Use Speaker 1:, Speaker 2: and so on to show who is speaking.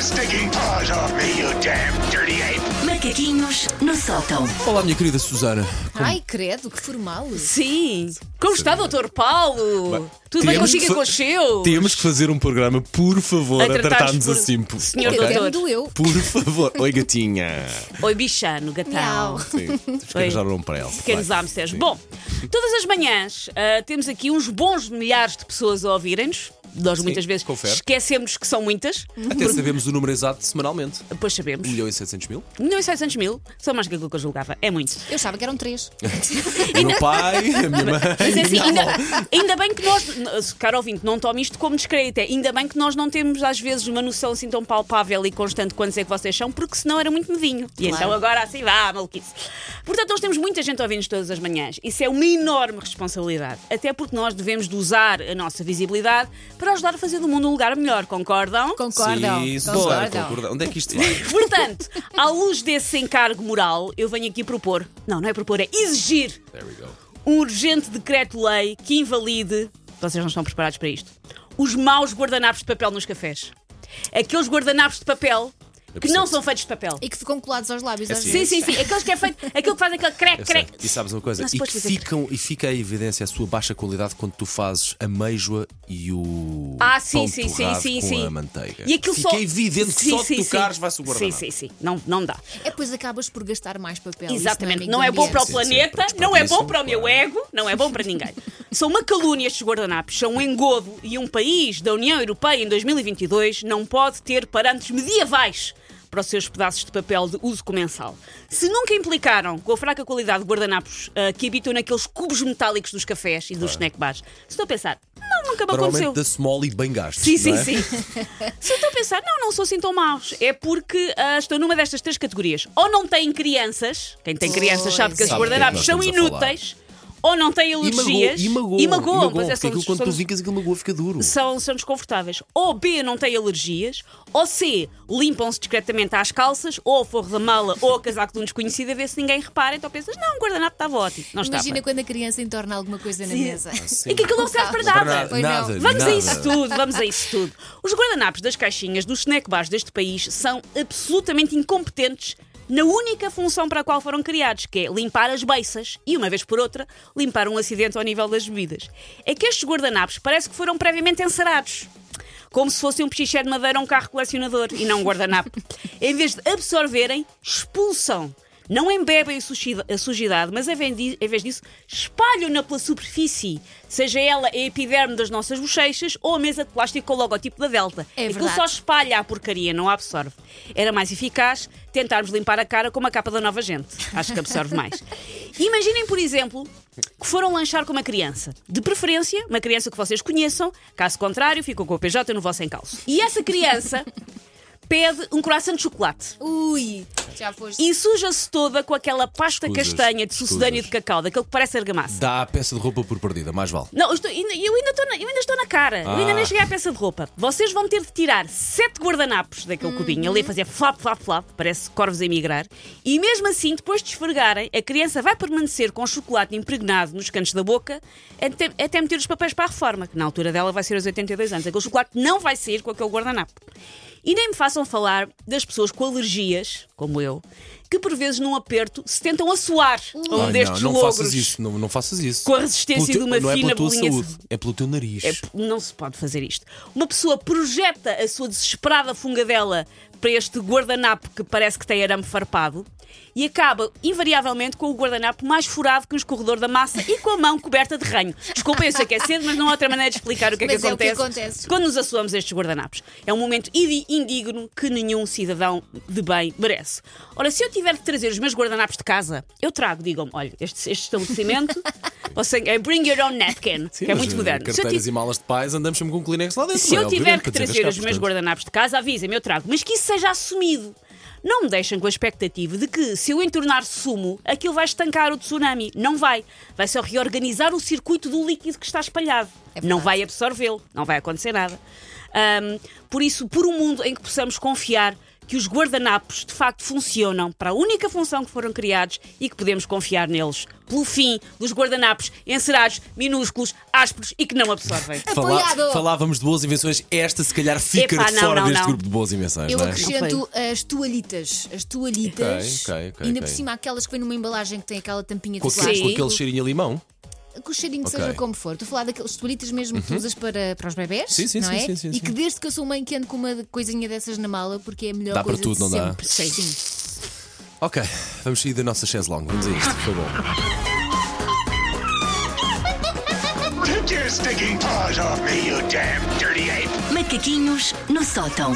Speaker 1: stinking paws off me, you damn dirty ape!
Speaker 2: Macaquinhos no sótão.
Speaker 3: Olá, minha querida Susana.
Speaker 4: Ai, credo, que formal.
Speaker 5: Sim. Como está, doutor Paulo? Tudo bem
Speaker 3: Temos
Speaker 5: consigo
Speaker 3: que
Speaker 5: e com
Speaker 3: fa-
Speaker 5: os seus?
Speaker 3: Temos que fazer um programa, por favor,
Speaker 5: A
Speaker 3: a
Speaker 5: tratar-nos
Speaker 3: tratar-nos
Speaker 5: por-
Speaker 3: assim. Por,
Speaker 5: Senhor
Speaker 3: ok?
Speaker 4: Até
Speaker 5: doutor.
Speaker 4: me doeu.
Speaker 3: Por favor. Oi, gatinha.
Speaker 5: Oi, bichano, gatão.
Speaker 4: Miau.
Speaker 3: Sim, temos que
Speaker 5: Oi.
Speaker 3: arranjar um nome para ela.
Speaker 5: Pequenos
Speaker 3: Vai.
Speaker 5: hamsters.
Speaker 3: Sim.
Speaker 5: Bom, todas as manhãs ah, temos aqui uns bons milhares de pessoas a ouvirem-nos. Nós muitas vezes
Speaker 3: confere.
Speaker 5: esquecemos que são muitas,
Speaker 3: Até sabemos o número exato semanalmente.
Speaker 5: depois sabemos.
Speaker 3: 1 milhão e 700 mil.
Speaker 5: 1 milhão e 700 mil são mais que aquilo que eu julgava. É muito.
Speaker 4: Eu achava que eram três.
Speaker 3: O meu pai, a minha mãe.
Speaker 5: Mas é assim,
Speaker 3: a minha
Speaker 5: ainda,
Speaker 3: avó.
Speaker 5: ainda bem que nós, caro ouvinte, não tome isto como descrédito. É, Ainda bem que nós não temos às vezes uma noção assim tão palpável e constante de quantos é que vocês são, porque senão era muito medinho. E então agora assim vá, maluquice. Portanto, nós temos muita gente a ouvir-nos todas as manhãs. Isso é uma enorme responsabilidade. Até porque nós devemos de usar a nossa visibilidade para ajudar a fazer do mundo um lugar melhor, concordam?
Speaker 4: Concordam?
Speaker 3: Sim, Susana,
Speaker 4: concordam.
Speaker 3: concorda. Onde é que isto vai?
Speaker 5: Portanto, à luz desse encargo moral, eu venho aqui propor. Não, não é propor, é exigir
Speaker 3: There we go.
Speaker 5: um urgente decreto-lei que invalide. Vocês não estão preparados para isto. Os maus guardanapos de papel nos cafés. Aqueles guardanapos de papel que não
Speaker 3: percebo.
Speaker 5: são feitos de papel.
Speaker 4: E que ficam colados aos lábios. às
Speaker 3: assim.
Speaker 5: Sim,
Speaker 4: vezes.
Speaker 5: sim, sim. Aqueles que é feito. Aquilo que faz aquele crec,
Speaker 3: Eu sei.
Speaker 5: crec.
Speaker 3: E sabes uma coisa?
Speaker 5: Não se
Speaker 3: E,
Speaker 5: pode
Speaker 3: que
Speaker 5: fazer.
Speaker 3: ficam, e fica a evidência a sua baixa qualidade quando tu fazes a meijoa e o.
Speaker 5: Ah, sim,
Speaker 3: pão
Speaker 5: sim, sim,
Speaker 3: torrado
Speaker 5: sim,
Speaker 3: com
Speaker 5: sim.
Speaker 3: a manteiga.
Speaker 5: E aquilo
Speaker 3: fica
Speaker 5: só-
Speaker 3: evidente que
Speaker 5: Sim,
Speaker 3: só
Speaker 5: sim, sim.
Speaker 3: tocares vai-se o guardanapo.
Speaker 5: Sim, sim, sim. Não, não dá.
Speaker 4: É, pois acabas por gastar mais papel. Isso
Speaker 5: Exatamente.
Speaker 4: amigo
Speaker 5: Não
Speaker 4: do
Speaker 5: é bom para o
Speaker 4: ambiente.
Speaker 3: sim,
Speaker 5: planeta,
Speaker 3: porque
Speaker 5: não é bom
Speaker 3: desperdício,
Speaker 5: para o meu
Speaker 3: claro.
Speaker 5: ego, não é bom para ninguém. São uma calúnia estes guardanapos, são um engodo e um país da União Europeia em 2022 não pode ter parantes medievais para os seus pedaços de papel de uso comensal. Se nunca implicaram com a fraca qualidade de guardanapos ah, que habitam naqueles cubos metálicos dos cafés e dos snack bars, se estou a pensar, não, nunca me aconteceu.
Speaker 3: Normalmente da small e bem gasto.
Speaker 5: Sim, sim,
Speaker 3: não é?
Speaker 5: sim. Se eu estou a pensar, não, não sou assim tão maus, é porque ah, estou numa destas três categorias. Ou não têm crianças, quem tem crianças sabe que
Speaker 4: Pois.
Speaker 5: as
Speaker 3: Sabe do que é que
Speaker 5: guardanapos
Speaker 3: nós
Speaker 5: são
Speaker 3: estamos a falar.
Speaker 5: inúteis, ou não têm
Speaker 3: E
Speaker 5: alergias.
Speaker 3: magoa,
Speaker 5: E
Speaker 3: e
Speaker 5: magoam,
Speaker 3: magoa,
Speaker 5: pois é,
Speaker 3: porque
Speaker 5: são,
Speaker 3: aquilo quando tu
Speaker 5: são,
Speaker 3: vincas, aquilo magoa, fica duro. Ah,
Speaker 5: são, são desconfortáveis. Ou B, não têm alergias, ou C, limpam-se discretamente às calças, ou ao forro da mala, ou ao casaco de um desconhecido, a ver se ninguém repara, então pensas, não, o guardanapo estava ótimo. Não estava.
Speaker 4: Imagina quando a criança entorna alguma coisa na
Speaker 5: Sim.
Speaker 4: mesa.
Speaker 5: E É que aquilo não serve para
Speaker 3: Não para
Speaker 5: nada.
Speaker 4: Pois não.
Speaker 3: nada,
Speaker 5: Vamos
Speaker 3: nada.
Speaker 5: a isso tudo, vamos a isso tudo. Os guardanapos das caixinhas dos snack bars deste país são absolutamente incompetentes na única função para a qual foram criados, que é limpar as beiças e, uma vez por outra, limpar um acidente ao nível das bebidas. É que estes guardanapos parece que foram previamente encerados. Como se fosse um pichiché de madeira ou um carro colecionador e não um guardanapo. em vez de absorverem, expulsam. Não embebem a sushi- a sujidade, mas em vez di- em vez disso, espalham-na pela superfície, seja ela a epiderme das nossas bochechas ou a mesa de plástico com o logotipo da Delta.
Speaker 4: É
Speaker 5: Aquilo
Speaker 4: verdade.
Speaker 5: só espalha a porcaria, não a absorve. Era mais eficaz tentarmos limpar a cara com uma capa da nova gente. Acho que absorve mais. Imaginem, por exemplo, que foram lanchar com uma criança. De preferência, uma criança que vocês conheçam, caso contrário, ficam com o PJ no vosso encalço. E essa criança pede um croissant de chocolate.
Speaker 4: Ui, já foste.
Speaker 5: E suja-se toda com aquela pasta
Speaker 3: Escusas,
Speaker 5: castanha de sucedâneo
Speaker 3: escusas.
Speaker 5: de cacau, daquele que parece argamassa.
Speaker 3: Dá a peça de roupa por perdida, mais vale.
Speaker 5: Não, eu, estou- ainda- eu ainda estou na, eu ainda estou na cara. Eu ainda
Speaker 3: Ah.
Speaker 5: nem cheguei à peça de roupa. Vocês vão ter de tirar sete guardanapos daquele cubinho. Ali a fazer flap, flap, flap. Parece corvos a emigrar. E mesmo assim, depois de esfregarem, a criança vai permanecer com chocolate impregnado nos cantos da boca até, até meter os papéis para a reforma, que na altura dela vai ser aos 82 anos. Aquele chocolate não vai sair com aquele guardanapo. E nem me façam falar das pessoas com alergias, como eu, que por vezes num aperto se tentam assoar a um
Speaker 3: Ai,
Speaker 5: destes
Speaker 3: não, não
Speaker 5: logros.
Speaker 3: faças isso, não, não faças isso.
Speaker 5: Com a resistência
Speaker 3: Pelo
Speaker 5: de uma
Speaker 3: não
Speaker 5: fina
Speaker 3: é pela tua
Speaker 5: bolinha-
Speaker 3: saúde, é pelo teu nariz.
Speaker 5: É, p- não se pode fazer isto. Uma pessoa projeta a sua desesperada fungadela para este guardanapo que parece que tem arame farpado e acaba, invariavelmente, com o guardanapo mais furado que o escorredor da massa e com a mão coberta de ranho. Desculpem, eu sei que é cedo, mas não há outra maneira de explicar o que é,
Speaker 4: Mas
Speaker 5: que,
Speaker 4: é o que
Speaker 5: acontece
Speaker 4: acontece.
Speaker 5: quando nos assoamos a estes guardanapos. É um momento idi- indigno que nenhum cidadão de bem merece. Ora, se eu tiver de trazer os meus guardanapos de casa, eu trago, digam-me, olha, este, este estabelecimento, você, é bring your own napkin,
Speaker 3: Sim,
Speaker 5: que é
Speaker 3: mas,
Speaker 5: muito
Speaker 3: eh,
Speaker 5: moderno. Se eu
Speaker 3: Carteiras
Speaker 5: ti-
Speaker 3: e malas de pais, andamos sempre com um Kleenex lá dentro.
Speaker 5: se
Speaker 3: não é?
Speaker 5: eu tiver
Speaker 3: Obviamente,
Speaker 5: que
Speaker 3: para
Speaker 5: trazer
Speaker 3: desgastar,
Speaker 5: os meus
Speaker 3: portanto.
Speaker 5: guardanapos de casa, avisem-me, eu trago. Mas que isso seja assumido. Não me deixem com a expectativa de que, se eu entornar sumo, aquilo vai estancar o tsunami. Não vai. Vai só reorganizar o circuito do líquido que está espalhado.
Speaker 4: É
Speaker 5: não
Speaker 4: verdade.
Speaker 5: vai absorvê-lo. Não vai acontecer nada. Ahm, por isso, por um mundo em que possamos confiar que os guardanapos de facto funcionam para a única função que foram criados e que podemos confiar neles. Pelo fim dos guardanapos encerados, minúsculos, ásperos e que não absorvem.
Speaker 4: Apoiado.
Speaker 3: falávamos de boas invenções, esta se calhar fica
Speaker 5: Epá,
Speaker 3: de
Speaker 5: não,
Speaker 3: fora
Speaker 5: não,
Speaker 3: deste
Speaker 5: não.
Speaker 3: grupo de boas invenções,
Speaker 4: Eu
Speaker 3: não é?
Speaker 4: acrescento as toalhitas. As toalhitas.
Speaker 3: Ok, ok, ok,
Speaker 4: ainda por
Speaker 3: ok.
Speaker 4: cima, aquelas que vêm numa embalagem que tem aquela tampinha de
Speaker 3: Com aquele,
Speaker 4: plástico.
Speaker 3: com aquele cheirinho a limão.
Speaker 4: Que o cheirinho
Speaker 3: Ok. Uhum.
Speaker 4: seja como for. Estou a falar daqueles toalhitas mesmo que tu usas para, para os bebés.
Speaker 3: Sim, sim,
Speaker 4: não
Speaker 3: sim,
Speaker 4: é?
Speaker 3: sim, sim,
Speaker 4: E
Speaker 3: sim.
Speaker 4: que desde que eu sou mãe que ando com uma coisinha dessas na mala, porque é a melhor
Speaker 3: Dá para
Speaker 4: coisa
Speaker 3: tudo,
Speaker 4: de
Speaker 3: não dá?
Speaker 4: sempre. Sim.
Speaker 3: Ok, vamos sair da nossa chaise longue. Vamos a isto, foi bom.
Speaker 1: Take your stinking paws off me, you damn dirty ape!
Speaker 2: Macaquinhos no sótão.